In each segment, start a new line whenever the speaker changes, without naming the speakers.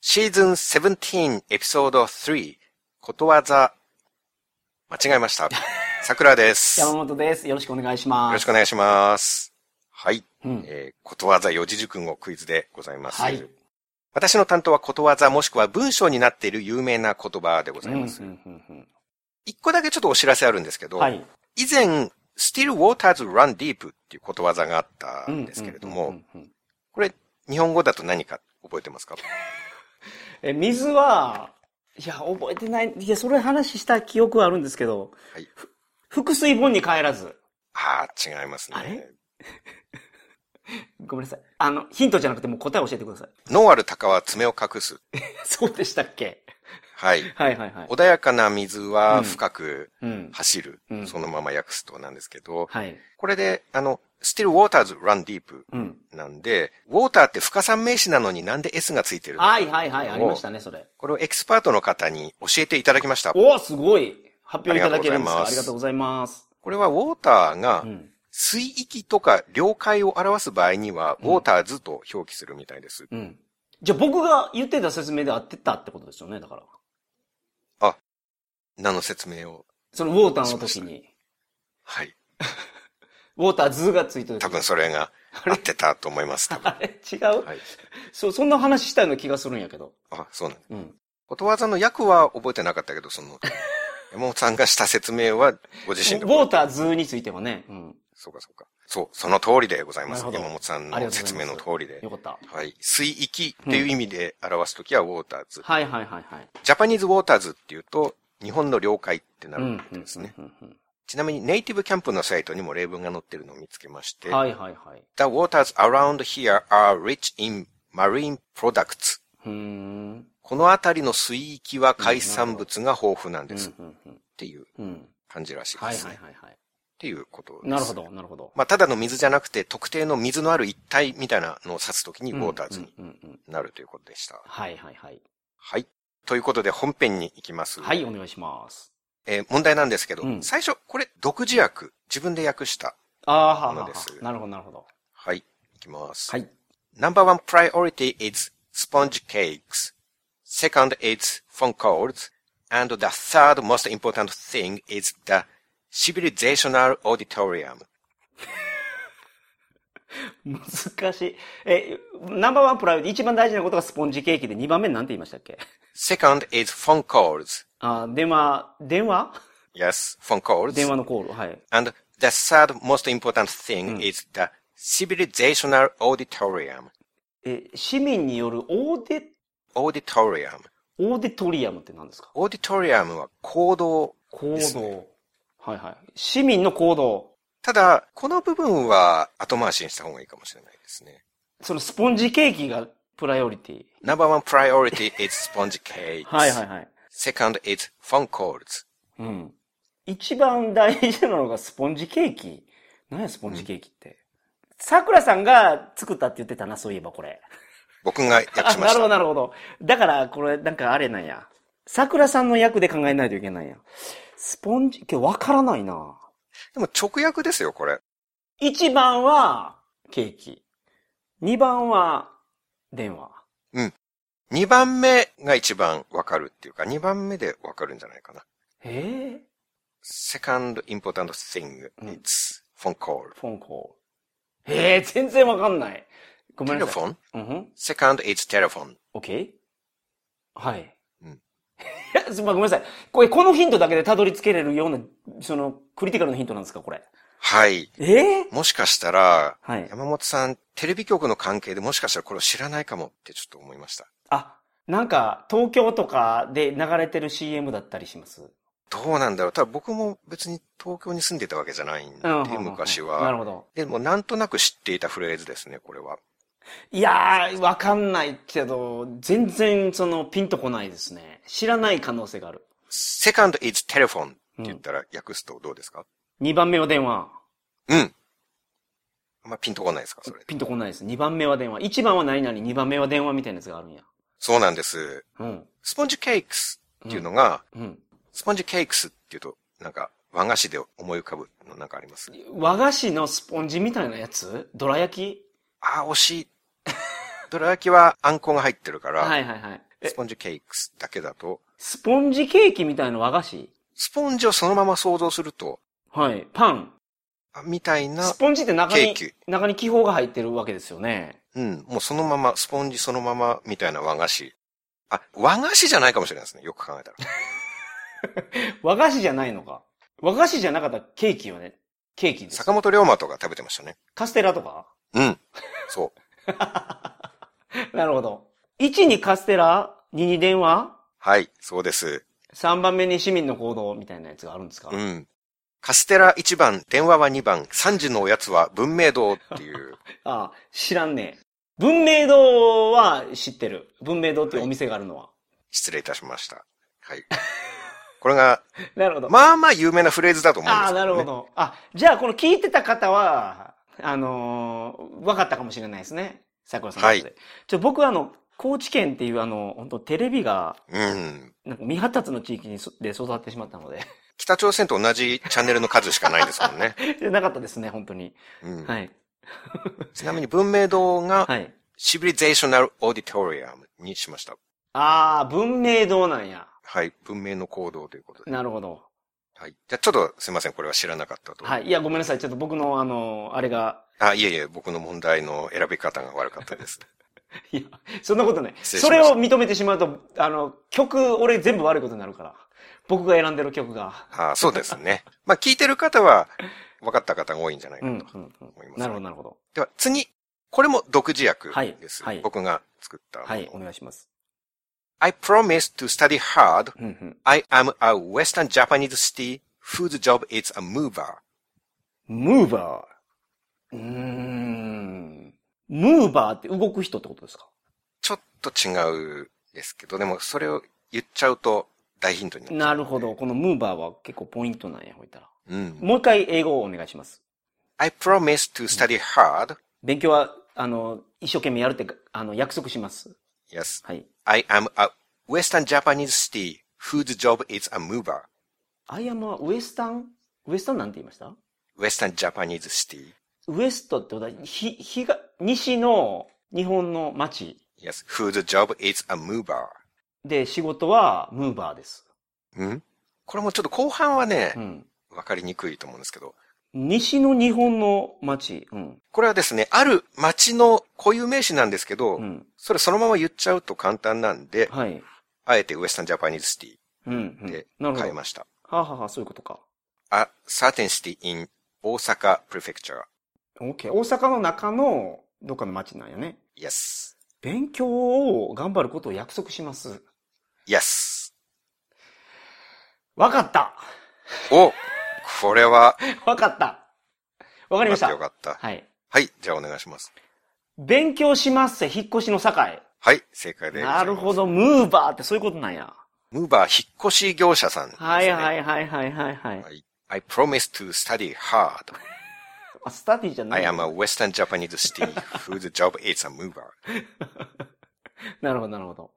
シーズン17エピソード3ことわざ間違えま した。桜です。
山
よ
本です。よろしくお願いします。
ろしくお願いします。はい。
うん
えーことわざ四字熟語クイズでございます。
はい。
私の担当はことわざもしくは文章になっている有名な言葉でございます。
うんうんうん
一個だけちょっとお知らせあるんですけ
う
ど、
んはい。
以前、still waters run deep っていうことわざがあったんですけれど
うんう
も
ん、うんうん。
これ日本語だと何か覚えてますか
え、水は、いや、覚えてない。いや、それ話した記憶はあるんですけど、
はい
ふ複水盆に帰らず。
ああ、違いますね。
あれごめんなさい。あの、ヒントじゃなくてもう答え教えてください。
ノーアル鷹は爪を隠す。
そうでしたっけ
はい。
はいはいはい。
穏やかな水は深く
うん。
走る。
うん
そのまま訳すとなんですけど、
はい。
これで、あの、still waters run deep
うん。
なんで、ウォーターって深さ名詞なのになんで S がついてるの
はいはいはい。ありましたね、それ。
これをエキスパートの方に教えていただきました。
おおすごい発表いただけるんですか
あ
あ
り
り
が
が
と
とうございます。
これはウォーターが
うん。
水域とか領海を表す場合には、ウ
うん
ォーターズと表記するみたいです。
うん。じゃあ僕が言ってた説明で合ってたってことですよね、だから。
なの説明を。
そのウォーターの時に。
はい。
ウォーター図がついてる。
多分それが合ってたと思います。多分
あれ違う、
はい。
そう、そんな話したような気がするんやけど。
あ、そうなんです
うん。
ことわざの訳は覚えてなかったけど、 その、山本さんがした説明はご
ウ
自身で。
ォーター図についてはね。うん。
そうかそうか。そう、その通りでございます。
なるほ
山
ど
本さん
あり
の
がとうござ
説
い
明
ます
の通りで
よ。かった。
はい。水域っていう意味で表すときはウォーターズ。
はいはいはいはい。
ジャパニーズウォーターズっていうと、日本の領海ってな
う
る
ん
ん。ですね。
うんうん
ちなみにネイティブキャンプのサイトにも例文が載ってるのを見つけまして、
うんはいはいはい。
The waters around here are rich in marine products.
うーん。
この辺りの水域は海産物が豊富なん
う
で
ん
すっ
うんうん
ていう
うん。
感じらしい
はい
で
はい
す
は
ね
い。はい。
っていうことです。
なるほ。ど、なるほど。
まあ、ただの水じゃなくて、特定の水のある一体みたいなのを指すときにウォーターズに
うんうんうんうん。
なるということでした。
はいはいはい。
はい。ということで本編に行きます。
はい、お願いします。
えー問題なんですけど、
うん
最初、これ、独自訳、自分で訳した。
ああ、はあ
もの
は
です
あ。なるほど、なるほど。
はい。いきます。
はい。
Number one priority is sponge cakes. Second is phone calls. And the third most important thing is the civilizational auditorium.
難しい。え、ナンバーワンプライオリティ、一番大事なことがスポンジケーキで、二番目なんて言いましたっけ
Second is phone calls.
あー電話、電話
Yes, phone calls.
電話のコール、はい。
And the third most important thing is the civilizational auditorium.
え、市民によるオーデ、
auditorium.
オーディトリアムって何ですか
auditorium は行動。
行動、
です
はいはい。市民の行動。
ただ、この部分は後回しにした方がいいかもしれないですね。
そのスポンジケーキがプライオリティ。
Number one priority is sponge cakes.
はいはいはい。
Second is phone calls.
うん。一番大事なのがスポンジケーキ。何やスポンジケーキって。桜さんが作ったって言ってたな、そういえばこれ。
僕が訳
あ、
しま
なる
し
ほど、
た。
なるほど。だから、これ、なんかあれなんや。桜さんの役で考えないといけないんや。スポンジ、けどわからないな。
でも直訳ですよ、これ。
一番は、ケーキ。二番は、電話。
2番目が一番わかるっていうか、2番目でわかるんじゃないかな。
え
Second important thing
うん
is phone call.
ー、フォンコール。えー、全然わかんない。ごめんなさい。
Telephone?
うんふん。
Second is telephone.
オッケーはい。
うん
いや、 すまあごめんなさい。これ、このヒントだけでたどり着けれるような、その、クリティカルなヒントなんですか、これ。
はい。
えー、
もしかしたら、
はい。
山本さん、テレビ局の関係でもしかしたらこれを知らないかもってちょっと思いました。
あ、なんか、東京とかで流れてる CM だったりします。
どうなんだろう。ただ僕も別に東京に住んでたわけじゃないんで、昔
な
は。
るほど。
でもなんとなく知っていたフレーズですね、これは。
いやー、わかんないけど、全然、その、ピンとこないですね。知らない可能性がある。
second is telephone って
う
言っ
ん。
たら訳すとどうですか
2番目は電話。
うん。あんまピンとこないですか、それ。
ピンとこないです。2番目は電話。1番は何々、2番目は電話みたいなやつがあるんや。
そうなんです。
うん。
スポンジケークスっていうのが、
うん。
スポンジケークスっていうと、なんか和菓子で思い浮かぶのなんかあります
和菓子のスポンジみたいなやつどら焼き
ああ、惜しい。 どら焼きはあんこが入ってるから、
はいはいはい。え
ス、ポンジケークスだけだと、
スポンジケーキみたいな和菓子
スポンジをそのまま想像すると、
はい。パン。
あみたいな
ス、ポンジって中に
ケーキ、
中に気泡が入ってるわけですよね。
うん、もうそのまま、スポンジそのままみたいな和菓子。あ、和菓子じゃないかもしれないですね。よく考 えたら。
和菓子じゃないのか。和菓子じゃなかったらケーキよね。ケーキです
坂。本龍馬とか食べてましたね。
カステラとか
うん。そう。
なるほど。1にカステラ、2に電話、
はい、そうです。
3番目に市民の行動みたいなやつがあるんですか、
うん。カステラ1番、電話は2番、3時のおやつは文明堂っていう。
ああ、知らんねえ。文明堂は知ってる。文明堂っていうお店があるのは。
失礼いたしました。はい。これ が、
なるほど。
まあまあ有名なフレーズだと思うんです
ああ、
けど、ね。
なるほ。ど。あ、じゃあこの聞いてた方は、あのー、分かったかもしれないですね。桜さんのことで。ちょ、僕はあの、高知県っていうあの、本当テレビが、
うん。
なんか未発達の地域にそで育ってしまったので、
北朝鮮と同じチャンネルの数しかないですもんね。
でなかったですね、本当に。
うん
はい。
ちなみに文明堂が
はい。
シビリゼーショナルオーディトリアムにしました。
ああ、文明堂なんや。
はい。文明の行動ということで。
なるほど。
はい。じゃあちょっとすいません。これは知らなかったと。
はい。いや、ごめんなさい。ちょっと僕の、あの、あれが、
あ、いえいえ、僕の問題の選び方が悪かったです。
いや、そんなことない。
失礼し
そ
ま
れ
した
を認めてしまうと、あの、曲、俺全部悪いことになるから。僕が選んでる曲が。
あそうですね。まあ、聞いてる方は、分かった方が多いんじゃないか
う
と
ん、う
思
ん
います、ね
うん。なるほど、なるほど。
では、次。これも独自訳
はい
です。
はい
僕が作ったもの。
はい、お願いします。
I promise to study hard.
うんうん。
I am a Western Japanese city whose job is a mover.
ムーバー。うーん。ムーバーって動く人ってことですか
ちょっと違うですけど、でもそれを言っちゃうと大ヒントになる。
なるほど。このムーバーは結構ポイントなんや、ほいたら。
うん。
もう一回英語をお願いします。
I promise to study hard.
勉強は、あの、一生懸命やるって、あの、約束します。
Yes.
はい。
I am a Western Japanese city whose job is a mover.
I am a Western? ウエスタンなんて言いました
Western Japanese city.
ウエストってことは、ひ、ひが、西の日本の町
Yes. Whose job is a mover.
で仕事はムーバーです。
うんこれもちょっと後半はね
う、ん。
わかりにくいと思うんですけど、
西の日本の町。うん。
これはですね、ある町の固有名詞なんですけど、
うん。
それそのまま言っちゃうと簡単なんで、
はい。
あえてウエスタンジャパニーズシテ
うん、う
ィ
ん
で。
なるほど。
変えました。
はあはあはあ、そういうことか。
A certain city in 大阪 prefecture.
OK。大阪の中のどっかの町なんやね。
Yes.
勉強を頑張ることを約束します。
Yes.
わ かった
おこれは、
わかったわかりました
よかった。
はい。
はい、じゃあお願いします。
勉強しますせ、引っ越しの境。
はい、正解でございます。
なるほど、ムーバーってそういうことなんや。
ムーバー引っ越し業者さんです、ね。。
はいはいいはいはいはいはい。
I promise to study hard.
あ、スタディじゃな
I
い。
am a Western Japanese city whose job is a mover.
なるほどなるほど。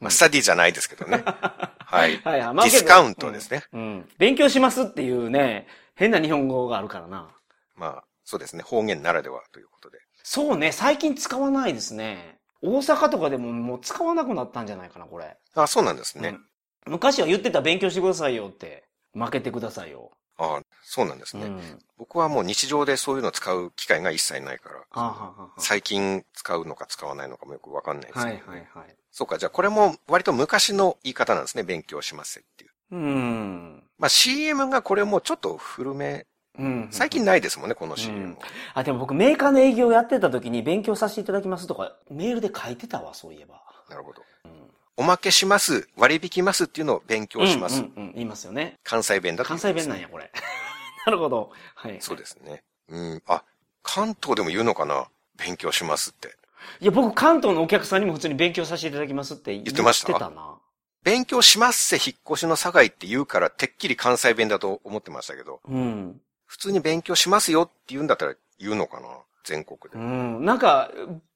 まあ、スタディじゃないですけど ね。はい。
はいはい。
ディスカウントですね。
うん。うん。勉強しますっていうね、変な日本語があるからな。
まあ、そうですね。方言ならではということで。
そうね、最近使わないですね。大阪とかでももう使わなくなったんじゃないかな、これ。
あ、そうなんですね。
うん昔は言ってた勉強してくださいよって、負けてくださいよ。
あそうなんです
う
ね、
ん。
僕はもう日常でそういうの使う機会が一切ないから、
はあはあは
最近使うのか使わないのかもよくわかんないで
あ
すけど
は
ね、
いはいはい。
そうか、じゃあこれも割と昔の言い方なんですね。勉強しますっていう。
うん。
まあ CM がこれもちょっと古め、
うん。
最近ないですもんね、この CM を。
うんあ、でも僕メーカーの営業やってた時に勉強させていただきますとか、メールで書いてたわ、そういえば。
なるほど。
うん
おまけします、割引ますっていうのを勉強します。
うんうんうん、言いますよね。
関西弁だと、
関西弁なんや、。これ。 なるほど。はい。
そうですね。うん。あ、関東でも言うのかな勉強しますって。
いや、僕、関東のお客さんにも普通に勉強させていただきますって言
言ってました
言ってたな。
勉強しますせ引っ越しの境って言うから、てっきり関西弁だと思ってましたけど、
うん。
普通に勉強しますよって言うんだったら言うのかな全国
う
で。
ん。なんか、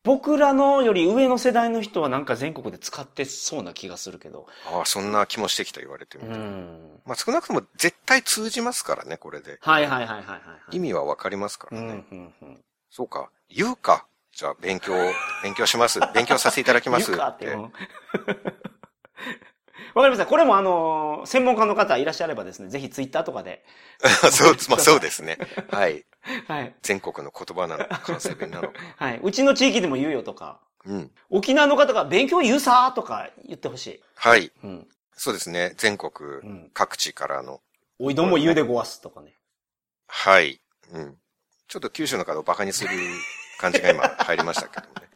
僕らのより上の世代の人はなんか全国で使ってそうな気がするけど。
ああ、そんな気もしてきた言われてみ
う
ると。
ん。
まあ少なくとも絶対通じますからね、これで。
はいはいはいはいはいはい。
意味はわかりますか
う
ら
ん、う
ね。
ん、うん。
そうか。言うか。じゃあ、勉強、 勉強します。勉強させていただきます。
言うかって。
え
うん わかりました。これもあのー、専門家の方いらっしゃればですね、ぜひツイッターとかで。
そう、まあそうですね。はい。
はい。
全国の言葉なのか、関西弁な のか。
はい。うちの地域でも言うよとか、
うん。
沖縄の方が勉強言うさーとか言ってほしい。
はい。
うん。
そうですね。全
う
国
ん。
各地からの。
おいどんも言うでごわすとかね。
はい。うん。ちょっと九州の方をバカにする感じが今入りましたけどね。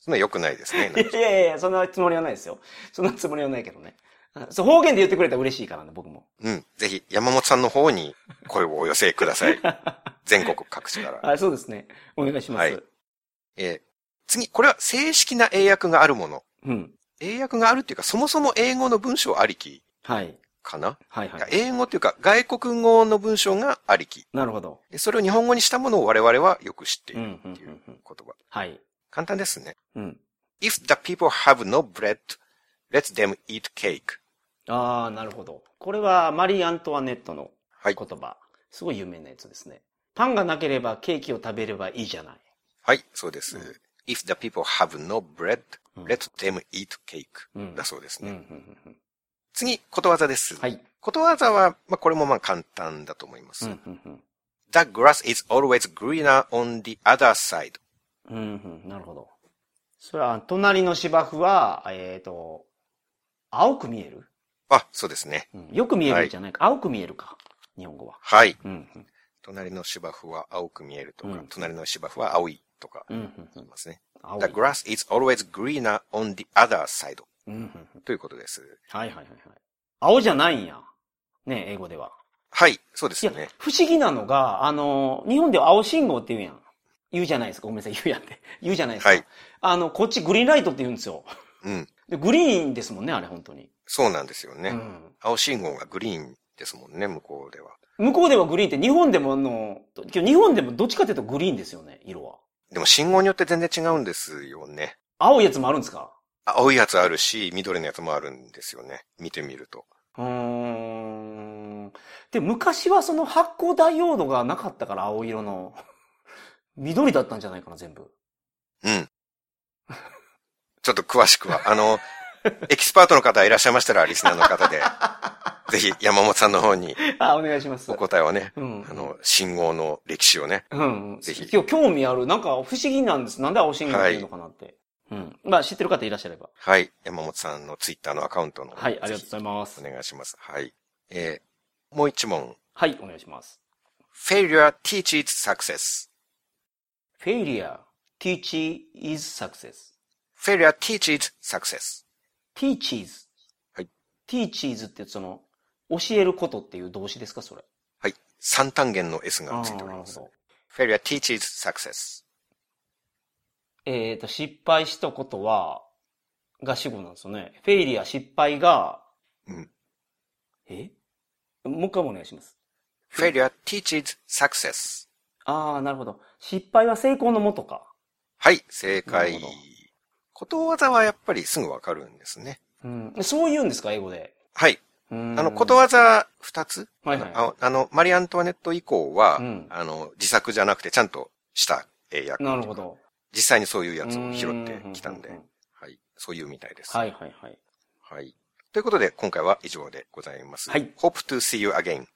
そんな良くないですね。
いやいやいや、そんなつもりはないですよ。そんなつもりはないけどね。あそう、方言で言ってくれたら嬉しいからね、僕も。
うん。ぜひ、山本さんの方に声をお寄せくだ さい。全国各地から。
あそうですね。お願いします。
はいえー次、これは正式な英訳があるもの。
うん。
英訳があるっていうか、そもそも英語の文章ありき
はい。
かな、
はいはい。
英語っていうか、外国語の文章がありき。
なるほど。
でそれを日本語にしたものを我々はよく知ってい
うん、う
る
ん、う
っていうん
うん。
言葉。
はい。
簡単ですね。
うん。
If the people have no bread, let them eat cake.
ああ、なるほど。これはマリー・アントワネットの
はい
言葉。すごい有名なやつですね。パンがなければケーキを食べればいいじゃない。
はい、そうです。
うん
If the people have no bread,
うん
let them eat cake.
うん
だそうです
うん、
ね。
うんうん、うん。
次、ことわざです。
はい。
ことわざは、まあ、これもまあ簡単だと思いま
う
す。
ん、うん、うん
The grass is always greener on the other side.
うん、うん。なるほど。それは、隣の芝生は、えっ、と、青く見える、
あ、そうですね。
うん、よく見えるじゃないか、青く見えるか。日本語は。
はい。
うん、うん
隣の芝生は青く見えるとか、
うん
隣の芝生は青いとか、
う
言
ん、うんうん
い。ますね。
青
The
い。
grass is always greener on the other side.
うん、うんうん。
ということです。
はいはいはいはい。青じゃないんや。ね、英語では。
はい、そうで
い
す
や
ね。、
不思議なのが、あの、日本では青信号って言うやん。言うじゃないですか。ごめんなさい、言うやんって。言うじゃないですか。
はい
あの、こっちグリーンライトって言うんですよ。
うん。
で、グリーンですもんね、あれ、本当に。
そうなんですよね。
うん。
青信号がグリーンですもんね、向こうでは。
向こうではグリーンって、日本でもあの、今日日本でもどっちかっていうとグリーンですよね、色は。
でも信号によって全然違うんですよね。
青いやつもあるんですか
青いやつあるし、緑のやつもあるんですよね。見てみると。
うーん。で、昔はその発光ダイオードがなかったから、青色の。緑だったんじゃないかな、全部。
うん。ちょっと詳しく は、あの、エキスパートの方いらっしゃいましたら、リスナーの方で、 ぜひ山本さんの方に
あ、お願いします
お。答えをね、
うん
あの、信号の歴史をね。
うんうん。
ぜひ
今日興味ある。なんか不思議なんです。なんで青信号っていうのかなって。うん。まあ知ってる方いらっしゃれば。
はい。山本さんのツイッターのアカウントの。
はい、ありがとうございます
お。願いします。はい。えーもう一問。
はい、お願いします。
failure teaches success.
failure, teach is success.
failure teaches success.
teaches.
はい。
teaches ってその、教えることっていう動詞ですかそれ。
はい。三単元の S
あ
が
あ
つい
ー、
ており
なる
ま
ほ
す。
ど。
failure teaches success.
えっ、と、失敗したことは、が主語なんですよね。failure, 失敗が、
うん。
えもう一回お願いします。
failure teaches success.
ああ、なるほど。失敗は成功のもとか。
はい、正
な
解
るほど。
ことわざはやっぱりすぐわかるんですね。
うん。そう言うんですか、英語で。
はい。
あ
あの、ことわざ二つ
はいはい
あのあの、マリーアントワネット以降は、
うん
あの、自作じゃなくてちゃんとした英訳。
なるほ。ど。
実際にそういうやつを拾ってきたんで
ううう、
はい。そういうみたいです。
はいはいはい。
はい。ということで、今回は以上でございます。
はい
Hope to see you again.